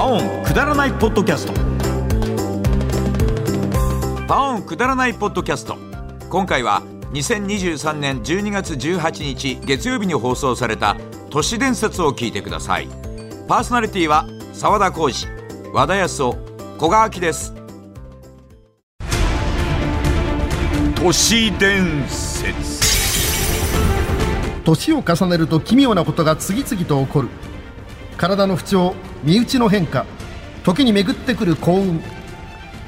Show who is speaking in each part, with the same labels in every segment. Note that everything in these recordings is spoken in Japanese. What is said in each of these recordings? Speaker 1: オンくだらないポッドキャスト
Speaker 2: パオンくだらないポッドキャスト今回は2023年12月18日月曜日に放送された都市伝説を聞いてくださいパーソナリティは澤田浩二和田康夫小川明です
Speaker 1: 都市伝説
Speaker 3: 年を重ねると奇妙なことが次々と起こる体の不調身内の変化時に巡ってくる幸運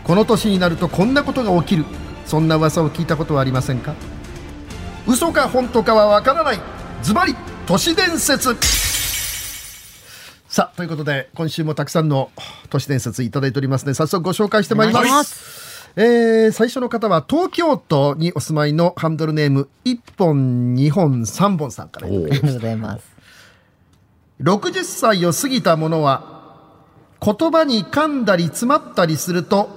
Speaker 3: この年になるとこんなことが起きるそんな噂を聞いたことはありませんか嘘か本当かはわからないズバリ都市伝説さあということで今週もたくさんの都市伝説いただいておりますね早速ご紹介してまいりますえー最初の方は東京都にお住まいのハンドルネーム1本2本3本さんからいただきました
Speaker 4: ありがとうございます。
Speaker 3: 60歳を過ぎた者は言葉に噛んだり詰まったりすると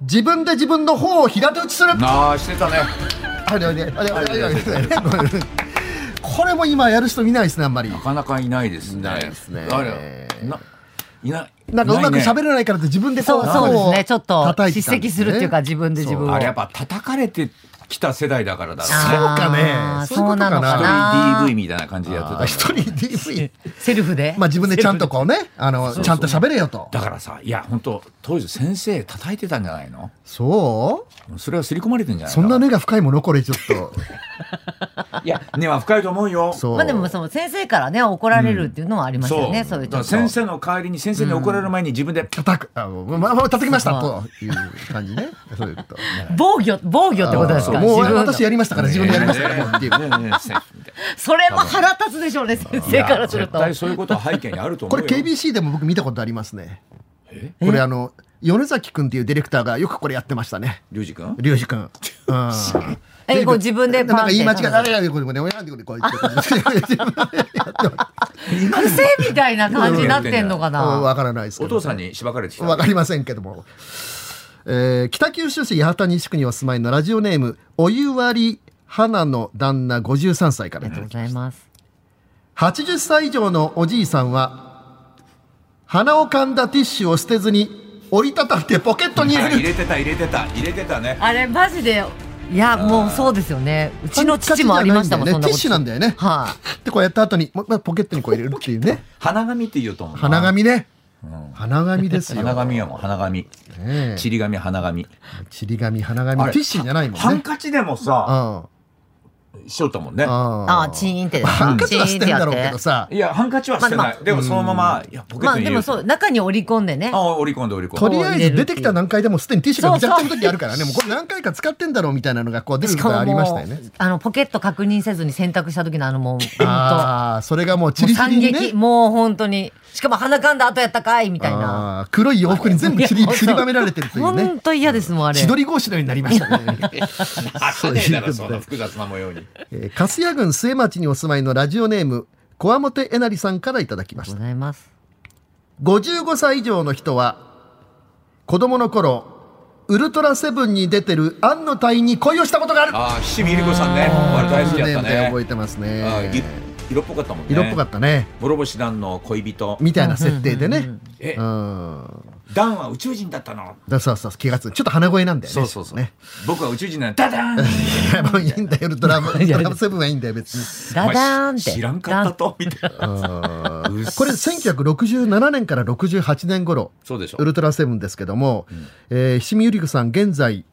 Speaker 3: 自分で自分の方を平手打ちする
Speaker 2: ああしてたね
Speaker 3: あれあれあれあれあれあれこれも今やる人見ないですねあんまり
Speaker 2: なかなかいないですね
Speaker 3: ないですね
Speaker 2: あれないない
Speaker 3: なんかうまく
Speaker 2: ないね
Speaker 3: 喋れないからって自分でこ
Speaker 4: そう、そうですね。ちょっと
Speaker 3: 叩いて
Speaker 4: 叱
Speaker 3: たんで
Speaker 4: 責するっていうか、
Speaker 3: ね
Speaker 4: 自分で自分を。
Speaker 2: あれやっぱ叩かれてきた世代だからだろう
Speaker 3: そうかね
Speaker 4: あー
Speaker 3: そういうこと
Speaker 4: そうなの
Speaker 3: か
Speaker 4: か
Speaker 3: な
Speaker 4: な
Speaker 2: DV みたいな感じでやってた
Speaker 3: 一人 DV
Speaker 4: セルフで。
Speaker 3: まあ自分でちゃんとこうねあのちゃんと喋れよと
Speaker 2: だからさいや本当当時先生叩いてたんじゃないの
Speaker 3: そう
Speaker 2: それは刷り込まれてんじゃない
Speaker 3: そ
Speaker 2: の
Speaker 3: んな根が深いものこれちょっと
Speaker 2: いや根は深いと思うよ
Speaker 3: そう
Speaker 4: まあでも、その先生からね、怒られるっていうのはありますよね。そういうちょっと。
Speaker 2: 先生の代わりに先生に怒られる前に自分で、
Speaker 3: 叩くあのまあまあ叩きましたという感じねそういうこと
Speaker 4: 防御、防御ってことですか
Speaker 3: あーもう
Speaker 4: 自分の
Speaker 3: 私やりましたから自分でやりましたからもうっていう
Speaker 2: ねえねえ先生みたい
Speaker 4: それも腹立つでしょうね、先生
Speaker 2: な
Speaker 4: からすると
Speaker 2: 絶。対そういうことは背景にあると思
Speaker 3: こ
Speaker 2: う
Speaker 3: れ
Speaker 2: よ
Speaker 3: KBC でも僕見たことありますねこれあの米崎君っていうディレクターがよくこれやってましたね
Speaker 2: 龍二君
Speaker 3: 龍二君うん
Speaker 4: え、こう自分で
Speaker 3: なん
Speaker 4: パ
Speaker 3: か
Speaker 4: ンって
Speaker 3: 言い間違え
Speaker 4: な
Speaker 3: た
Speaker 4: んか
Speaker 3: らこれこれこれこれこれ これ
Speaker 4: 癖みたいな感じになってんのかな。
Speaker 3: わからないですけ
Speaker 2: お
Speaker 3: ど
Speaker 2: 父さんにしばかれてきた
Speaker 3: わかりませんけどもえー北九州市八幡西区にお住まいのラジオネームお湯割り花の旦那53歳から
Speaker 4: ありがとうございます。
Speaker 3: 80歳以上のおじいさんは鼻を噛んだティッシュを捨てずに折りたたんでポケットに
Speaker 2: あ
Speaker 3: 入
Speaker 2: 入
Speaker 3: れる
Speaker 2: れてた入れてた入れてたね
Speaker 4: あれ、マジで、いや、もうそうですよね。うちの父もありましたもん、そん
Speaker 3: ティッ
Speaker 4: なこと。
Speaker 3: シュなんだよね
Speaker 4: はい。
Speaker 3: でこうやった後にもうまあポケットにこう入れるっていうね
Speaker 2: 花紙って言うと思うな
Speaker 3: 鼻紙ね鼻紙 ですよ
Speaker 2: 花紙はもう花紙
Speaker 3: ねえ
Speaker 2: ちり紙花紙
Speaker 3: ちり紙鼻紙
Speaker 2: あれ
Speaker 3: ティッシュじゃないもん
Speaker 2: ハン
Speaker 3: ね
Speaker 2: カチでもさ
Speaker 3: あ
Speaker 2: しとったもんね
Speaker 3: あ
Speaker 4: あー、チーンってです
Speaker 3: ハンカチは
Speaker 4: チー
Speaker 3: 捨
Speaker 4: ン
Speaker 3: てん
Speaker 4: ってや
Speaker 3: だ
Speaker 4: っ
Speaker 3: ろうけ
Speaker 4: て
Speaker 3: ど。さ
Speaker 2: いやハンカチは捨てない、
Speaker 4: まあま
Speaker 2: でもそのままいやポケット
Speaker 4: まあ
Speaker 2: に入
Speaker 4: で
Speaker 2: れ
Speaker 4: も
Speaker 2: てた
Speaker 4: そう、中に折り込んでね。
Speaker 2: ああ折り込んで折り込ん
Speaker 3: と
Speaker 2: で
Speaker 3: りあえず出てきた段階でもうすでにティッシュがぐちゃぐちゃの時あるからねもうこれ何回か使ってんだろうみたいなのがこう出る
Speaker 4: し
Speaker 3: こと
Speaker 4: か
Speaker 3: があ
Speaker 4: も
Speaker 3: りまし
Speaker 4: も
Speaker 3: たよ ね
Speaker 4: う、あの、ポケット確認せずに洗濯した時のあのもう、本
Speaker 3: ああそれがもう
Speaker 4: 当
Speaker 3: ち
Speaker 4: もう
Speaker 3: りち
Speaker 4: 惨
Speaker 3: りに
Speaker 4: 劇、
Speaker 3: ね
Speaker 4: もう本当に。しかも鼻かんだ後やったかいみたいな。
Speaker 3: あー黒い洋服に全部ちり
Speaker 4: いや
Speaker 3: ちりばめられてるというね
Speaker 4: 本当嫌ですもん、あれ。
Speaker 3: 千鳥格子のようになりましたね、
Speaker 2: あそうねえだろそ
Speaker 3: そ
Speaker 2: う
Speaker 3: いうことで
Speaker 2: んな複雑な模様に
Speaker 3: えー、粕谷郡末町にお住まいのラジオネームこわもてえなりさんからいただきま
Speaker 4: ありが
Speaker 3: した
Speaker 4: とうございます。
Speaker 3: 55歳以上の人は子供の頃ウルトラセブンに出てる庵の隊員に恋をしたことがある
Speaker 2: ああ七味ゆり子さんねあれ大好きだった
Speaker 3: ね覚え
Speaker 2: ね
Speaker 3: てます
Speaker 2: ああ
Speaker 3: ね
Speaker 2: ぎ色っぽかったもんね
Speaker 3: 色っぽかったね
Speaker 2: 諸星団の恋人
Speaker 3: みたいな設定でね
Speaker 2: え
Speaker 3: うん
Speaker 2: ダンは宇宙人だったの
Speaker 3: だそうそう気がつちょっと鼻声なんだよねね
Speaker 2: 僕は宇宙人なんだダダーン
Speaker 3: いやもういいんだよウルトラウルトラセブンはいいんだよ別に
Speaker 4: ダダーンって。
Speaker 2: 知らんかったとみたいな
Speaker 3: これ1967年から68年頃
Speaker 2: そうでしょ
Speaker 3: ウルトラセブンですけども、えー、七味ゆり子さん現在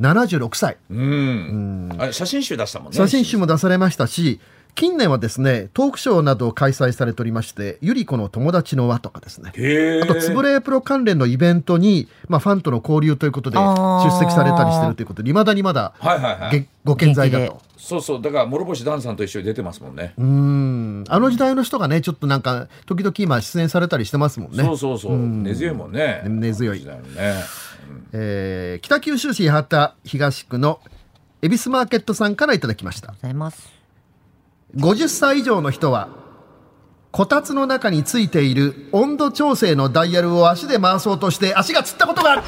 Speaker 3: 76歳
Speaker 2: うんあれ写真集出したもんね
Speaker 3: 写真集も出されましたし近年はですねトークショーなどを開催されておりましてゆり子の友達の輪とかですね
Speaker 2: へえ
Speaker 3: あとつぶれプロ関連のイベントに、まあ、ファンとの交流ということで出席されたりしてるということでいまだにまだ
Speaker 2: はいはいはい
Speaker 3: げご健在だ
Speaker 4: 元気
Speaker 3: と。
Speaker 2: そうそうだから諸星団さんと一緒に出てますもんね
Speaker 3: うんあの時代の人がねちょっとなんか時々今出演されたりしてますもんね。
Speaker 2: そうそうそう根強いもんね
Speaker 3: 根強い
Speaker 2: 時代のね
Speaker 3: えー北九州市八幡東区の恵比寿マーケットさんからいただきました
Speaker 4: ございます。
Speaker 3: 50歳以上の人はこたつの中についている温度調整のダイヤルを足で回そうとして足がつったことがある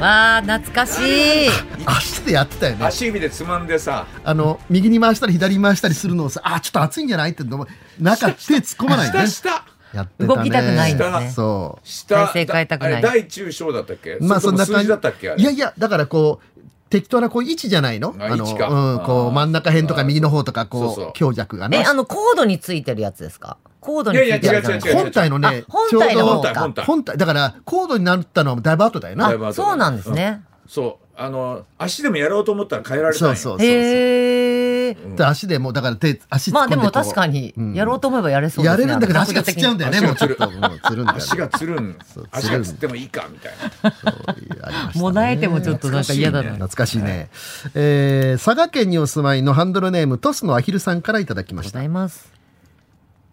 Speaker 4: わあ、懐か しい。
Speaker 3: 足でやってたよね
Speaker 2: 足指でつまんでさ
Speaker 3: あの 右に回したり左に回したりするのをさあちょっと暑いんじゃないってのも中手突っ込まない
Speaker 2: 下
Speaker 3: ね
Speaker 2: 下
Speaker 3: やってたね
Speaker 4: 動きたくないんだね
Speaker 3: そう
Speaker 2: 下
Speaker 4: 体勢変えたくない
Speaker 2: だあれ大中小だったっけ
Speaker 3: まあ
Speaker 2: そ
Speaker 3: そん
Speaker 2: んな
Speaker 3: な感
Speaker 2: 数
Speaker 3: じ
Speaker 2: 字だったっけあれ
Speaker 3: いやいやだからこう適当なこう位置じゃないの
Speaker 2: あ
Speaker 3: の
Speaker 2: 位置か
Speaker 3: うんこ
Speaker 2: あー
Speaker 3: う真ん中辺とか右の方とかこう
Speaker 2: そうそう
Speaker 3: 強弱が
Speaker 4: え、
Speaker 3: ね
Speaker 4: あの、コードについてるやつですかコードについてるやつ
Speaker 2: いやいや違う違う違う
Speaker 4: う
Speaker 3: 本体のね
Speaker 4: あ本体の方か
Speaker 3: ちょうど本体だから高度になったのはだいぶ後だよな
Speaker 2: だい
Speaker 3: そ
Speaker 2: ぶ
Speaker 3: う
Speaker 2: 後
Speaker 4: あ、そうなんですね。
Speaker 2: そうあの足でもやろうと思ったら変えられたん
Speaker 3: そ
Speaker 2: よ
Speaker 3: うそうそう
Speaker 4: へえ。
Speaker 3: で足でもうだから手足突
Speaker 4: ま
Speaker 3: っ込
Speaker 4: あ
Speaker 3: んで
Speaker 4: で
Speaker 3: こう
Speaker 4: も確かに、やろうと思えばやれそうで
Speaker 3: や
Speaker 4: すね。
Speaker 3: れるんだけど
Speaker 4: あの
Speaker 3: 足がつっちゃうんだよね
Speaker 2: 角
Speaker 3: もう
Speaker 2: 度
Speaker 3: ちょ
Speaker 2: 的に
Speaker 3: っともうつるんだよね
Speaker 2: 足がつるん
Speaker 3: そう
Speaker 2: 足がつってもいいかみたいな
Speaker 3: そうありましたね
Speaker 4: もだえてもちょっとなんか嫌だな。
Speaker 3: 懐かしいね、えー佐賀県にお住まいのハンドルネームトスのアヒルさんからいただきま
Speaker 4: ご
Speaker 3: し
Speaker 4: ざ
Speaker 3: た
Speaker 4: います。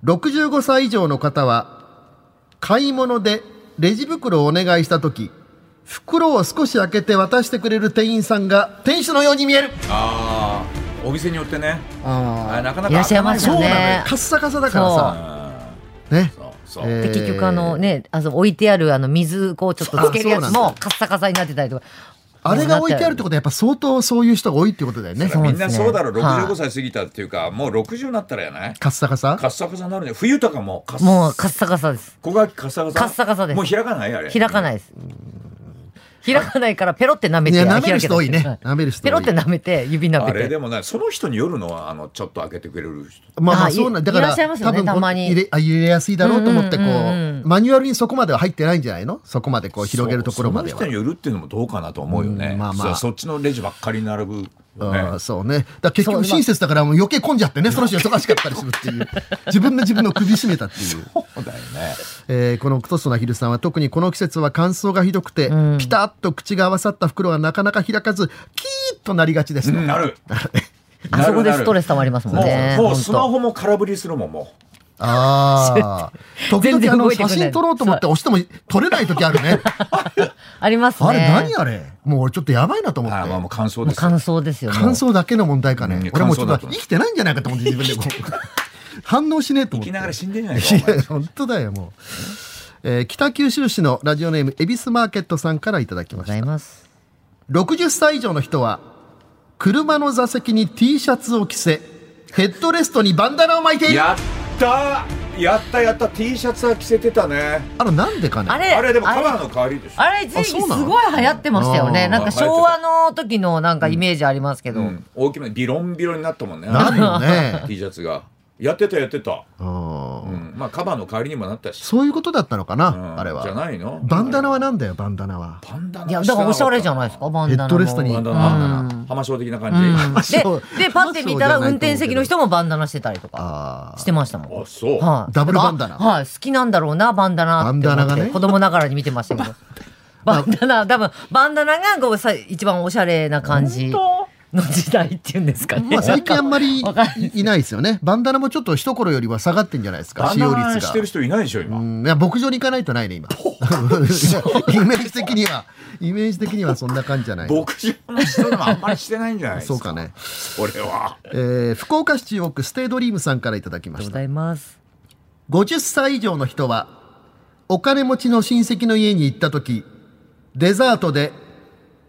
Speaker 3: 65歳以上の方は買い物でレジ袋をお願いした時袋を少し開けて渡してくれる店員さんが店主のように見える
Speaker 2: ああお店によってね
Speaker 3: あ
Speaker 2: あなかなか
Speaker 4: いらっしゃいますよ
Speaker 3: そうなの
Speaker 4: ね
Speaker 3: よ。カッサカサだからさね
Speaker 2: そうそう、
Speaker 3: え
Speaker 4: で結局あのね、あの置いてあるあの水こうちょっとつけるや
Speaker 3: あ
Speaker 4: つ
Speaker 3: そうなん
Speaker 4: も
Speaker 3: だ
Speaker 4: カッサカサになってたりとか。
Speaker 3: あれが置いてあるって
Speaker 4: こ
Speaker 3: ことはやっぱ相当そういう人が多いってことだよね
Speaker 4: う
Speaker 2: みんなそうだろ
Speaker 4: そうですね
Speaker 2: 65歳過ぎたっていうかもう60になったらやない
Speaker 3: カッサカサ
Speaker 2: カッサカサになるね冬とかもカッ
Speaker 4: ともうカッサカサです。
Speaker 2: 小垣カッサカサ
Speaker 4: カッサカサです
Speaker 2: もう開かないあれ
Speaker 4: 開かないです。開かないからペロって舐め
Speaker 3: い
Speaker 4: て。
Speaker 3: や
Speaker 4: 開
Speaker 3: 舐める人多いね
Speaker 4: けたり
Speaker 3: 舐める人多い
Speaker 4: ペロって舐めて指舐
Speaker 2: あ
Speaker 4: め
Speaker 2: れ
Speaker 4: て
Speaker 2: で。もねその人によるのはあのちょっと開けてくれる人
Speaker 3: まあまあ
Speaker 4: あ
Speaker 3: そうなんだか
Speaker 4: いいら
Speaker 3: ら
Speaker 4: っしゃいますよね
Speaker 3: 多分こ
Speaker 4: たまに
Speaker 3: 入れあ入れやすいだろうと思ってこう,、
Speaker 4: うんうんうんうん
Speaker 3: マニュアルにそこまでは入ってないんじゃないのそこまでこう広げるところまで
Speaker 2: そ
Speaker 3: は
Speaker 2: その人によるっていうのもどうかなと思うよね、
Speaker 3: うんまあまあ
Speaker 2: そそっちのレジばっかり並ぶよね
Speaker 3: ああそうね。だから結
Speaker 4: そう
Speaker 3: 局
Speaker 4: まあ
Speaker 3: 親切だからもう余計混んじゃってね、その人忙しかったりするって いう。自分で自分の首絞めたっていう。
Speaker 2: そうだよね
Speaker 3: えーこのクトソナヒルさんは特にこの季節は乾燥がひどくて、ピタッと口が合わさった袋はなかなか開かず、キーッとなりがちですと。
Speaker 2: うんなる
Speaker 4: あそこで
Speaker 2: なるなる
Speaker 4: ストレス溜まりますもん
Speaker 2: も
Speaker 4: ね。
Speaker 2: うもう
Speaker 4: ほんと
Speaker 2: スマホも空振りするもんも
Speaker 3: ああ。時
Speaker 4: 全
Speaker 3: 々あ
Speaker 4: 然
Speaker 3: の
Speaker 4: 動いてくれ
Speaker 3: 写
Speaker 4: ない
Speaker 3: 真撮ろうと思って押しても撮れない時あるね。
Speaker 4: あります ね。
Speaker 3: あれ何あれもう俺ちょっとやばいなと
Speaker 2: う
Speaker 3: 思っ
Speaker 2: ああまあもう
Speaker 3: て。
Speaker 2: 感想
Speaker 4: も
Speaker 2: で
Speaker 4: う
Speaker 2: すよ
Speaker 4: 感想ですよ。もう
Speaker 3: 乾燥だけの問題か
Speaker 2: うん
Speaker 3: ね。俺もうちょ
Speaker 2: 乾
Speaker 3: っ
Speaker 2: 燥だ
Speaker 3: と
Speaker 2: と思う
Speaker 3: 生きてないんじゃないかと思って自 分でも反応しねえと
Speaker 2: 生
Speaker 3: 思っ
Speaker 2: き
Speaker 3: て
Speaker 2: な。がら死んでんじゃないか
Speaker 3: い
Speaker 2: お前
Speaker 3: や本当だよもう、えー北九州市のラジオネーム恵比寿マーケットさんからいただきま
Speaker 4: ご
Speaker 3: し
Speaker 4: ざい
Speaker 3: た
Speaker 4: ます。
Speaker 3: 60歳以上の人は車の座席に T シャツを着せヘッドレストにバンダナを巻いて いる
Speaker 2: やったーやったやった T シャツは着せてたね
Speaker 3: あれなんでかね
Speaker 4: あれ
Speaker 2: あれでもカバーの代わりでしょ
Speaker 4: あれ一
Speaker 3: あ
Speaker 4: 時期
Speaker 3: そ
Speaker 4: す
Speaker 3: うなの
Speaker 4: ごい流行ってましたよ
Speaker 3: う
Speaker 4: ね。
Speaker 3: ん
Speaker 4: なんか昭和の時のなんかイメージありますけど。
Speaker 2: うん大きめビロンビロンになったもんね
Speaker 3: なるよ ね
Speaker 2: T シャツがやってたやってた、
Speaker 3: うん
Speaker 2: うん、まあカバーの代わりにもなったし、
Speaker 3: そういうことだったのかな、
Speaker 2: うん
Speaker 3: あれは
Speaker 2: じゃないの
Speaker 3: バンダナはなんだよバンダナは
Speaker 2: パンダの
Speaker 4: いや、だからおしゃれじゃないですか、バンダナの。
Speaker 3: ヘッドレストに
Speaker 2: バンダ
Speaker 4: うん
Speaker 2: ナ浜松的な感じ、
Speaker 4: うん
Speaker 3: ショー
Speaker 4: で、で、パッて見た
Speaker 3: シ
Speaker 4: ら
Speaker 3: ョーじゃないと思うけど
Speaker 4: 運転席の人もバンダナしてたりとか
Speaker 3: あー
Speaker 4: してましたもん。
Speaker 2: あそう、
Speaker 4: はい
Speaker 3: ダブルバンダナ
Speaker 4: はい、好きなんだろうな、バンダナって思って。
Speaker 3: バンダナがね
Speaker 4: 子供ながらに見てました けど。バンダナ、多分、バンダナがこうさ一番おしゃれな感じの時代っていうんですかね。
Speaker 3: まあ最近あんまりい
Speaker 4: わかんない
Speaker 3: いないですよねバンダナもちょっと一頃よりは下がってんじゃないですか
Speaker 2: バ
Speaker 3: 使
Speaker 2: ンダ
Speaker 3: 用
Speaker 2: ナ
Speaker 3: 率
Speaker 2: して
Speaker 3: が
Speaker 2: る人いないでしょ今、
Speaker 3: うんいや牧場に行かないとないね今 イメージ的にはイメージ的にはそんな感じじゃない
Speaker 2: 牧場の人でもあんまりしてないんじゃないです
Speaker 3: そ
Speaker 2: か
Speaker 3: うかね、
Speaker 2: 俺は
Speaker 3: えー福岡市中央区ステイドリームさんからいただき
Speaker 4: あ
Speaker 3: ま
Speaker 4: りがと
Speaker 3: した
Speaker 4: うございます。
Speaker 3: 50歳以上の人はお金持ちの親戚の家に行った時デザートで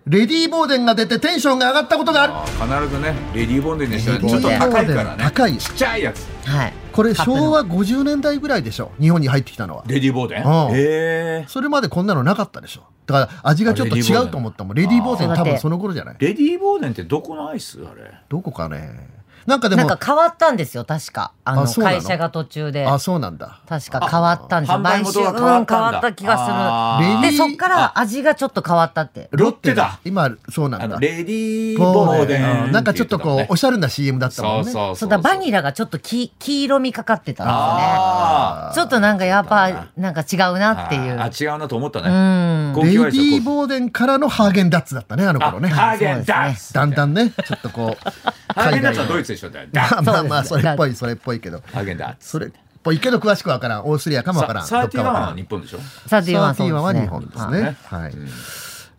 Speaker 3: レディー・ボーデンが出てテンションが上がったことがある
Speaker 2: あ必ずねレディー・ボンデンでしたら
Speaker 4: レディ
Speaker 2: ちょっ
Speaker 4: ー
Speaker 2: と
Speaker 4: ボン
Speaker 2: 高
Speaker 4: デン
Speaker 2: いからね
Speaker 3: 高い
Speaker 2: ちっちゃいやつ
Speaker 4: はい。
Speaker 3: これ
Speaker 4: カップの
Speaker 3: 昭和50年代ぐらいでしょ日本に入ってきたのは
Speaker 2: レディー・ボーデン
Speaker 3: うん
Speaker 2: へえ
Speaker 3: それまでこんなのなかったでしょだから味がちょっと違うと思ったもんレ
Speaker 2: レ
Speaker 3: デ
Speaker 2: ディ
Speaker 3: ィ
Speaker 2: ー
Speaker 3: ー・
Speaker 2: ボ
Speaker 3: ボ
Speaker 2: ー
Speaker 3: ーデ
Speaker 2: デ
Speaker 4: ン
Speaker 3: ン多分その頃じゃない
Speaker 2: レディー・ボーデンってどこのアイスあれ
Speaker 3: どこかねなんかで
Speaker 4: な
Speaker 3: も
Speaker 4: んか変わったんですよ、確か。あの、
Speaker 3: あそうなの
Speaker 4: 会社が途中で。
Speaker 3: あそうなんだ
Speaker 4: 確か変わったんですよ。
Speaker 2: 販売
Speaker 4: 買
Speaker 2: 元
Speaker 4: 収、う
Speaker 2: が
Speaker 4: ん、
Speaker 2: 変
Speaker 4: 変
Speaker 2: わ
Speaker 4: わ
Speaker 2: ったんだ
Speaker 4: った気がす
Speaker 3: あー
Speaker 4: る。で、そっから味がちょっと変わったって。
Speaker 2: ロッテだ
Speaker 3: 今そうなん
Speaker 2: あ
Speaker 3: だ
Speaker 2: のレディー・ボーデ
Speaker 3: う
Speaker 2: ン
Speaker 3: んなんかちょっとこう、お
Speaker 2: し
Speaker 3: しゃれな CM だった
Speaker 2: そ
Speaker 3: も
Speaker 2: うんそ
Speaker 3: ね
Speaker 2: う
Speaker 4: そ
Speaker 2: そうう
Speaker 4: だ、バニラがちょっとき黄色みかかってたんです
Speaker 2: あ
Speaker 4: よね。ちょっとなんかやっぱ、なんか違うな
Speaker 2: あ
Speaker 4: っていう。
Speaker 2: あ違うなと思った
Speaker 4: う
Speaker 2: ね
Speaker 4: ん。
Speaker 2: 高
Speaker 3: レデ
Speaker 2: 級アイス
Speaker 3: ィー・
Speaker 2: だ
Speaker 3: ボーデンからのハーゲンダッツだったねあの
Speaker 2: あ
Speaker 3: 頃ね
Speaker 2: ハーゲンダッツ
Speaker 3: だんだんねちょっとこう
Speaker 2: ハーゲンダッツはドイ
Speaker 3: ツ
Speaker 2: ツでしょだよ ダッツ
Speaker 3: まあまあまあそ
Speaker 4: そうです
Speaker 3: れっぽいそれっぽいけど
Speaker 2: ハーゲンダッツ
Speaker 3: それっぽいけど詳しくわからんオーストリアかもわからん
Speaker 2: サ
Speaker 3: ど
Speaker 2: ー
Speaker 3: っ
Speaker 2: ティ
Speaker 3: か
Speaker 2: ワン
Speaker 3: わから
Speaker 2: は
Speaker 3: ん
Speaker 2: 日本でしょ
Speaker 4: サディワン
Speaker 3: 31は
Speaker 4: そうで
Speaker 3: 日
Speaker 4: すね
Speaker 3: 本です
Speaker 4: はい
Speaker 3: ねはい、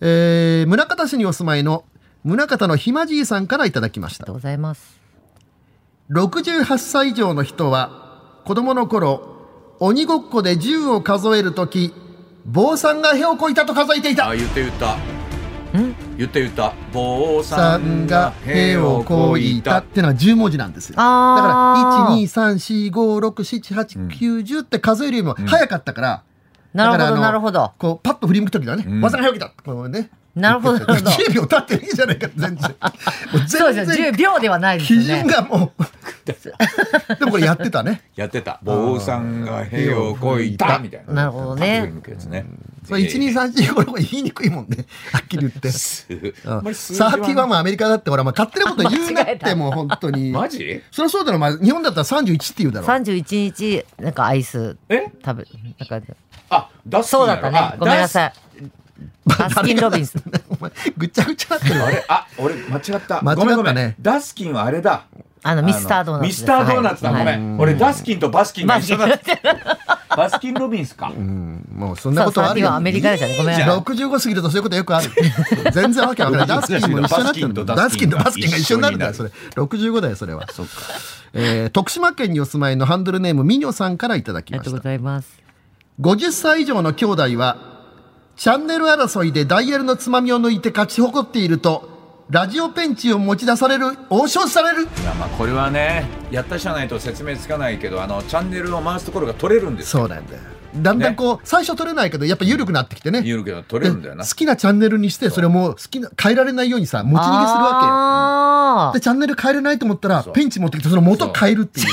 Speaker 3: えー宗像市にお住まいの宗像のひまじいさんからいただきまし
Speaker 4: あり
Speaker 3: た
Speaker 4: がとうございます。
Speaker 3: 68歳以上の人は子供の頃鬼ごっこで銃を数えるとき坊さんが屁をこいたと数えていた
Speaker 2: あ言って言った言った言った坊
Speaker 3: さ
Speaker 2: さん
Speaker 3: ん
Speaker 2: が
Speaker 3: が
Speaker 2: 兵
Speaker 3: 兵
Speaker 2: を
Speaker 3: を
Speaker 2: こ
Speaker 3: こ
Speaker 2: い
Speaker 3: い
Speaker 2: た
Speaker 3: たってのは10文字なんですよ。だ
Speaker 4: あー
Speaker 3: から、1、2、3、4、5、6、7、8、9、10って数えるよりも早かったから、
Speaker 4: なる
Speaker 3: だからあ
Speaker 4: ほ
Speaker 3: の
Speaker 4: ど、なるほど。
Speaker 3: こう、パッと振り向くときだね。技が早くだこうね。
Speaker 4: なるほどなるほど
Speaker 3: 10秒経っていいじゃないか、 全然。もう
Speaker 4: そうですよ、10秒ではないです
Speaker 3: 基
Speaker 4: よ
Speaker 3: 準
Speaker 4: ね。
Speaker 3: がもう。 でもこれやってたね。
Speaker 2: やってた坊さんが兵をこいたみたいな
Speaker 4: なるほどね
Speaker 2: パッと振り向くやつね
Speaker 3: それ1、2、3、4、5、6は言いにくいもんね。はっきり言っ て。
Speaker 2: あんまり数字
Speaker 3: サーティワンもアメリカだって、ほら、まあ、勝手なこと言うなっ
Speaker 4: 間違えた
Speaker 3: て、もう本当 に。
Speaker 2: マジ
Speaker 3: そりゃそうだろ、まあ、日本だったら31って言うだろ。
Speaker 4: 31日、なんかアイス
Speaker 2: え
Speaker 4: 食べ、なんか、
Speaker 2: あ出す
Speaker 4: そうだったね。ごめんなさ
Speaker 2: い
Speaker 4: い。バスキン・ロビンス。
Speaker 3: お前、ぐっちゃぐちゃになってるわ
Speaker 2: あ。れあ俺間違った
Speaker 3: 間違ったね
Speaker 2: ごめんごめんダスキンはあれだ
Speaker 4: あの、ミスタードーナツ
Speaker 2: ミ
Speaker 4: です。
Speaker 2: スタードーナツだ、
Speaker 4: はい
Speaker 2: ごめん、俺ダスキンとバスキンが一緒だったバスキンロビンスか、
Speaker 3: もうそんなことある
Speaker 4: そうサーティワンアメリカですよねごめん
Speaker 3: いいじゃ65過ぎるとそういうことよくある。全然わけわかんない。ダスキンも一緒になってるんだよダ
Speaker 1: ダ
Speaker 3: ス
Speaker 1: ス
Speaker 3: キ
Speaker 1: キ
Speaker 3: ン
Speaker 1: ン
Speaker 3: と
Speaker 1: と
Speaker 3: バ
Speaker 1: バ
Speaker 3: ス
Speaker 1: ス
Speaker 3: キ
Speaker 1: キ
Speaker 3: ン
Speaker 1: ン
Speaker 3: が
Speaker 1: が
Speaker 3: 一
Speaker 1: 一緒
Speaker 3: 緒
Speaker 1: に
Speaker 3: に
Speaker 1: な
Speaker 3: なる
Speaker 1: る
Speaker 3: ん
Speaker 1: ん
Speaker 3: だ
Speaker 1: だ
Speaker 3: よ、それ。65だよ、それは。そうか。えー徳島県にお住まいのハンドルネームミニョさんからいただき
Speaker 4: あり
Speaker 3: ま
Speaker 4: がと
Speaker 3: し
Speaker 4: うご
Speaker 3: た。
Speaker 4: ざいます。
Speaker 3: 50歳以上の兄弟は、チャンネル争いでダイヤルのつまみを抜いて勝ち誇っていると、ラジオペンチを持ち出される、応召される。
Speaker 2: いやまあこれはねやった人じゃないと説明つかないけどあのチャンネルを回すところが取れるんですよ
Speaker 3: そうなんだよ。だんだんこう、最初取れないけど、やっぱ緩くなってきてね。
Speaker 2: 言うけど取
Speaker 3: で
Speaker 2: れる
Speaker 3: 好
Speaker 2: んだよな
Speaker 3: きなチャンネルにして、それをもう好きな、変えられないようにさ、持ち逃げするわけよ。
Speaker 4: あ
Speaker 3: で、チャンネル変えれないと思ったら、
Speaker 2: そう
Speaker 3: ペンチ持ってきて、その元変えるっていう。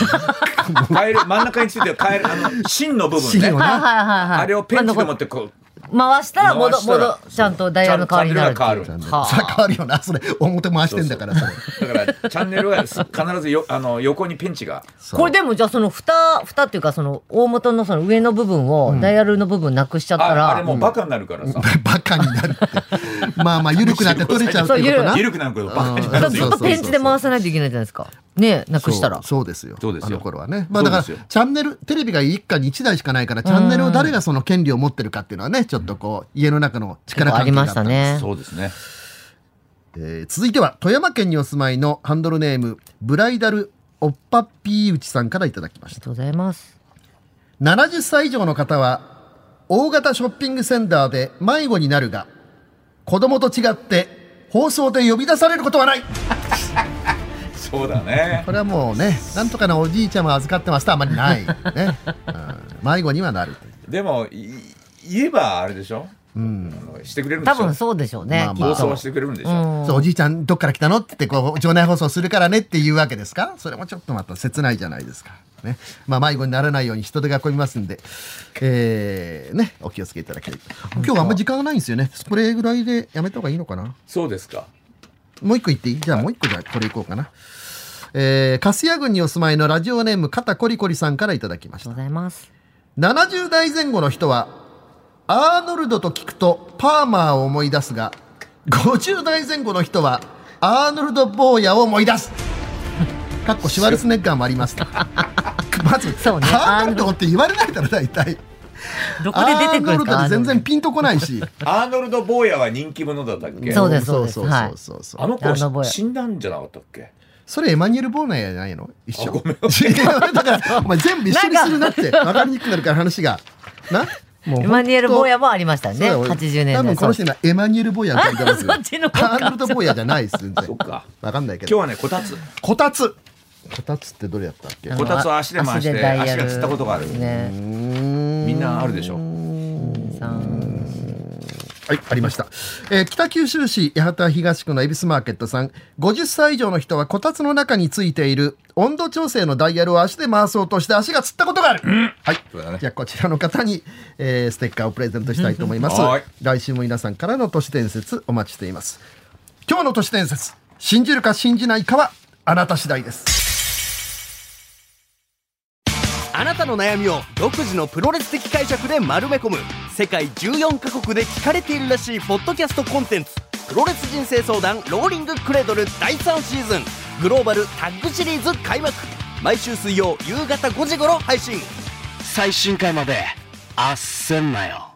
Speaker 2: 変える真ん中については変えるあの芯の部分
Speaker 3: 芯
Speaker 2: ね
Speaker 3: を
Speaker 4: あ。
Speaker 3: ね
Speaker 4: はいはいはいはい。
Speaker 2: あれをペンチで持
Speaker 4: ま
Speaker 2: ってこう
Speaker 4: あの回したら、
Speaker 2: 回
Speaker 4: 戻、
Speaker 2: したら
Speaker 4: 戻、ちゃんとダイヤルの代わりになるっていう。
Speaker 2: チャンネ
Speaker 4: はあ
Speaker 3: さ変わるよな、それ。表回してんだから、それ。
Speaker 2: だからチャンネルは必ずよあの横にペンチが
Speaker 4: これでもじゃあその蓋、蓋っていうかその大元のその上の部分をダイヤルの部分なくしちゃった
Speaker 2: ああれ
Speaker 4: ら、
Speaker 2: もうバカになるからさ
Speaker 3: バカになるって。まあまあ、緩くなって取れちゃうっていうことな。
Speaker 2: 緩くなるけどバカにな
Speaker 4: だ
Speaker 2: るよ
Speaker 4: からずっとペンチで回さないといけないじゃないですか。ねえなくしたら。
Speaker 3: そうそうですよ。
Speaker 2: そうですよ
Speaker 3: あの頃はね。まあだから、チ
Speaker 2: そうですよ
Speaker 3: ャンネル、テレビが一家に一台しかないから、チャンネルを誰がその権利を持ってるかっていうのはね、ちょっとこう、家の中の力
Speaker 4: あ
Speaker 3: 関
Speaker 4: り
Speaker 3: 係があ
Speaker 4: ま
Speaker 3: っ
Speaker 4: したた
Speaker 3: んで
Speaker 4: ね。
Speaker 2: そうですね
Speaker 3: えー続いては富山県にお住まいのハンドルネームブライダルおっぱっぴーうちさんからいただきまし
Speaker 4: あり
Speaker 3: た
Speaker 4: がとうございます。
Speaker 3: 70歳以上の方は大型ショッピングセンターで迷子になるが子供と違って放送で呼び出されることはない
Speaker 2: そうだね
Speaker 3: これはもうねなんとかのおじいちゃんも預かってますとあまりない、ねうん迷子にはなる
Speaker 2: でもい言えばあれでしょ、あのしてくれるんで
Speaker 4: 多
Speaker 2: しょ
Speaker 4: 分そうでしょうね
Speaker 3: まあ。
Speaker 4: き
Speaker 3: ま
Speaker 2: 放
Speaker 3: あ
Speaker 4: っ
Speaker 2: 送
Speaker 4: と
Speaker 2: はしてくれるんでしょ、
Speaker 3: そうおじいちゃんどっから来たのってこう場内放送するからねっていうわけですかそれもちょっとまた切ないじゃないですか。ねまあ、迷子にならないように人手が混みますんで、えーね、お気をつけいただきたい今日はあんま時間がないんですよねこれぐらいでやめた方がいいのかな
Speaker 2: そうですか
Speaker 3: もう一個言っていいじゃあもう一個じゃあこれいこうかな、えー、粕谷郡にお住まいのラジオネーム肩コリコリさんからいただきまし
Speaker 4: ありがと
Speaker 3: た
Speaker 4: うございます。
Speaker 3: 70代前後の人はアーノルドと聞くとパーマーを思い出すが50代前後の人はアーノルド・ボーヤを思い出す かっこシュワルツェネッガーもあり ますまず、
Speaker 4: そうね
Speaker 3: アーノルドって言われないから大体
Speaker 4: どこ
Speaker 3: ア
Speaker 4: で出て
Speaker 3: ー
Speaker 4: くる
Speaker 3: ノルド
Speaker 4: んですか
Speaker 3: で全然ピンとこないし
Speaker 2: アーノルド・ボーヤは人気者だったっけ
Speaker 4: そうですそうです
Speaker 3: そうそうそうそう
Speaker 2: あの
Speaker 4: アーノルドボ
Speaker 2: 子
Speaker 4: ーヤ
Speaker 2: 死んだんじゃなかったっけ
Speaker 3: それエマニュエル・ボーナーじゃないの一緒
Speaker 2: あご めん
Speaker 3: だからお前全部一緒にするなって分かりにくくなるから話がなもう
Speaker 4: あ
Speaker 3: 本当
Speaker 4: のエマニュエル・ボーヤもありました
Speaker 3: そう
Speaker 4: ね。
Speaker 3: だよ
Speaker 4: 80年代。
Speaker 3: 多分この人今エマニュエル・ボーヤって言ってますよ
Speaker 4: あそっちの方か
Speaker 3: アーノルド・ボーヤじゃないです全
Speaker 2: そっ
Speaker 3: 然
Speaker 2: か
Speaker 3: わかんない
Speaker 2: 今
Speaker 3: け
Speaker 2: 日
Speaker 3: ど
Speaker 2: はねこたつ
Speaker 3: こたつこたつってどれやったっけ
Speaker 4: あ
Speaker 2: こ
Speaker 4: の
Speaker 2: たつを足で回して
Speaker 4: 足でダイヤル
Speaker 2: 足がつったことがある
Speaker 4: ね。
Speaker 2: みんなあるでしょ
Speaker 4: さん
Speaker 3: はい、ありました。えー北九州市八幡東区の恵比寿マーケットさん、50歳以上の人はこたつの中についている温度調整のダイヤルを足で回そうとして足がつったことがある。はい、
Speaker 2: そうだね
Speaker 3: じゃあこちらの方に、えーステッカーをプレゼントしたいと思います
Speaker 2: うんはい。
Speaker 3: 来週も皆さんからの都市伝説お待ちしています。今日の都市伝説、信じるか信じないかはあなた次第です。
Speaker 5: あなたの悩みを独自のプロレス的解釈で丸め込む世界14カ国で聞かれているらしいポッドキャストコンテンツ「プロレス人生相談ローリングクレードル」第3シーズングローバルタッグシリーズ開幕毎週水曜夕方5時頃配信最新回まであっせんなよ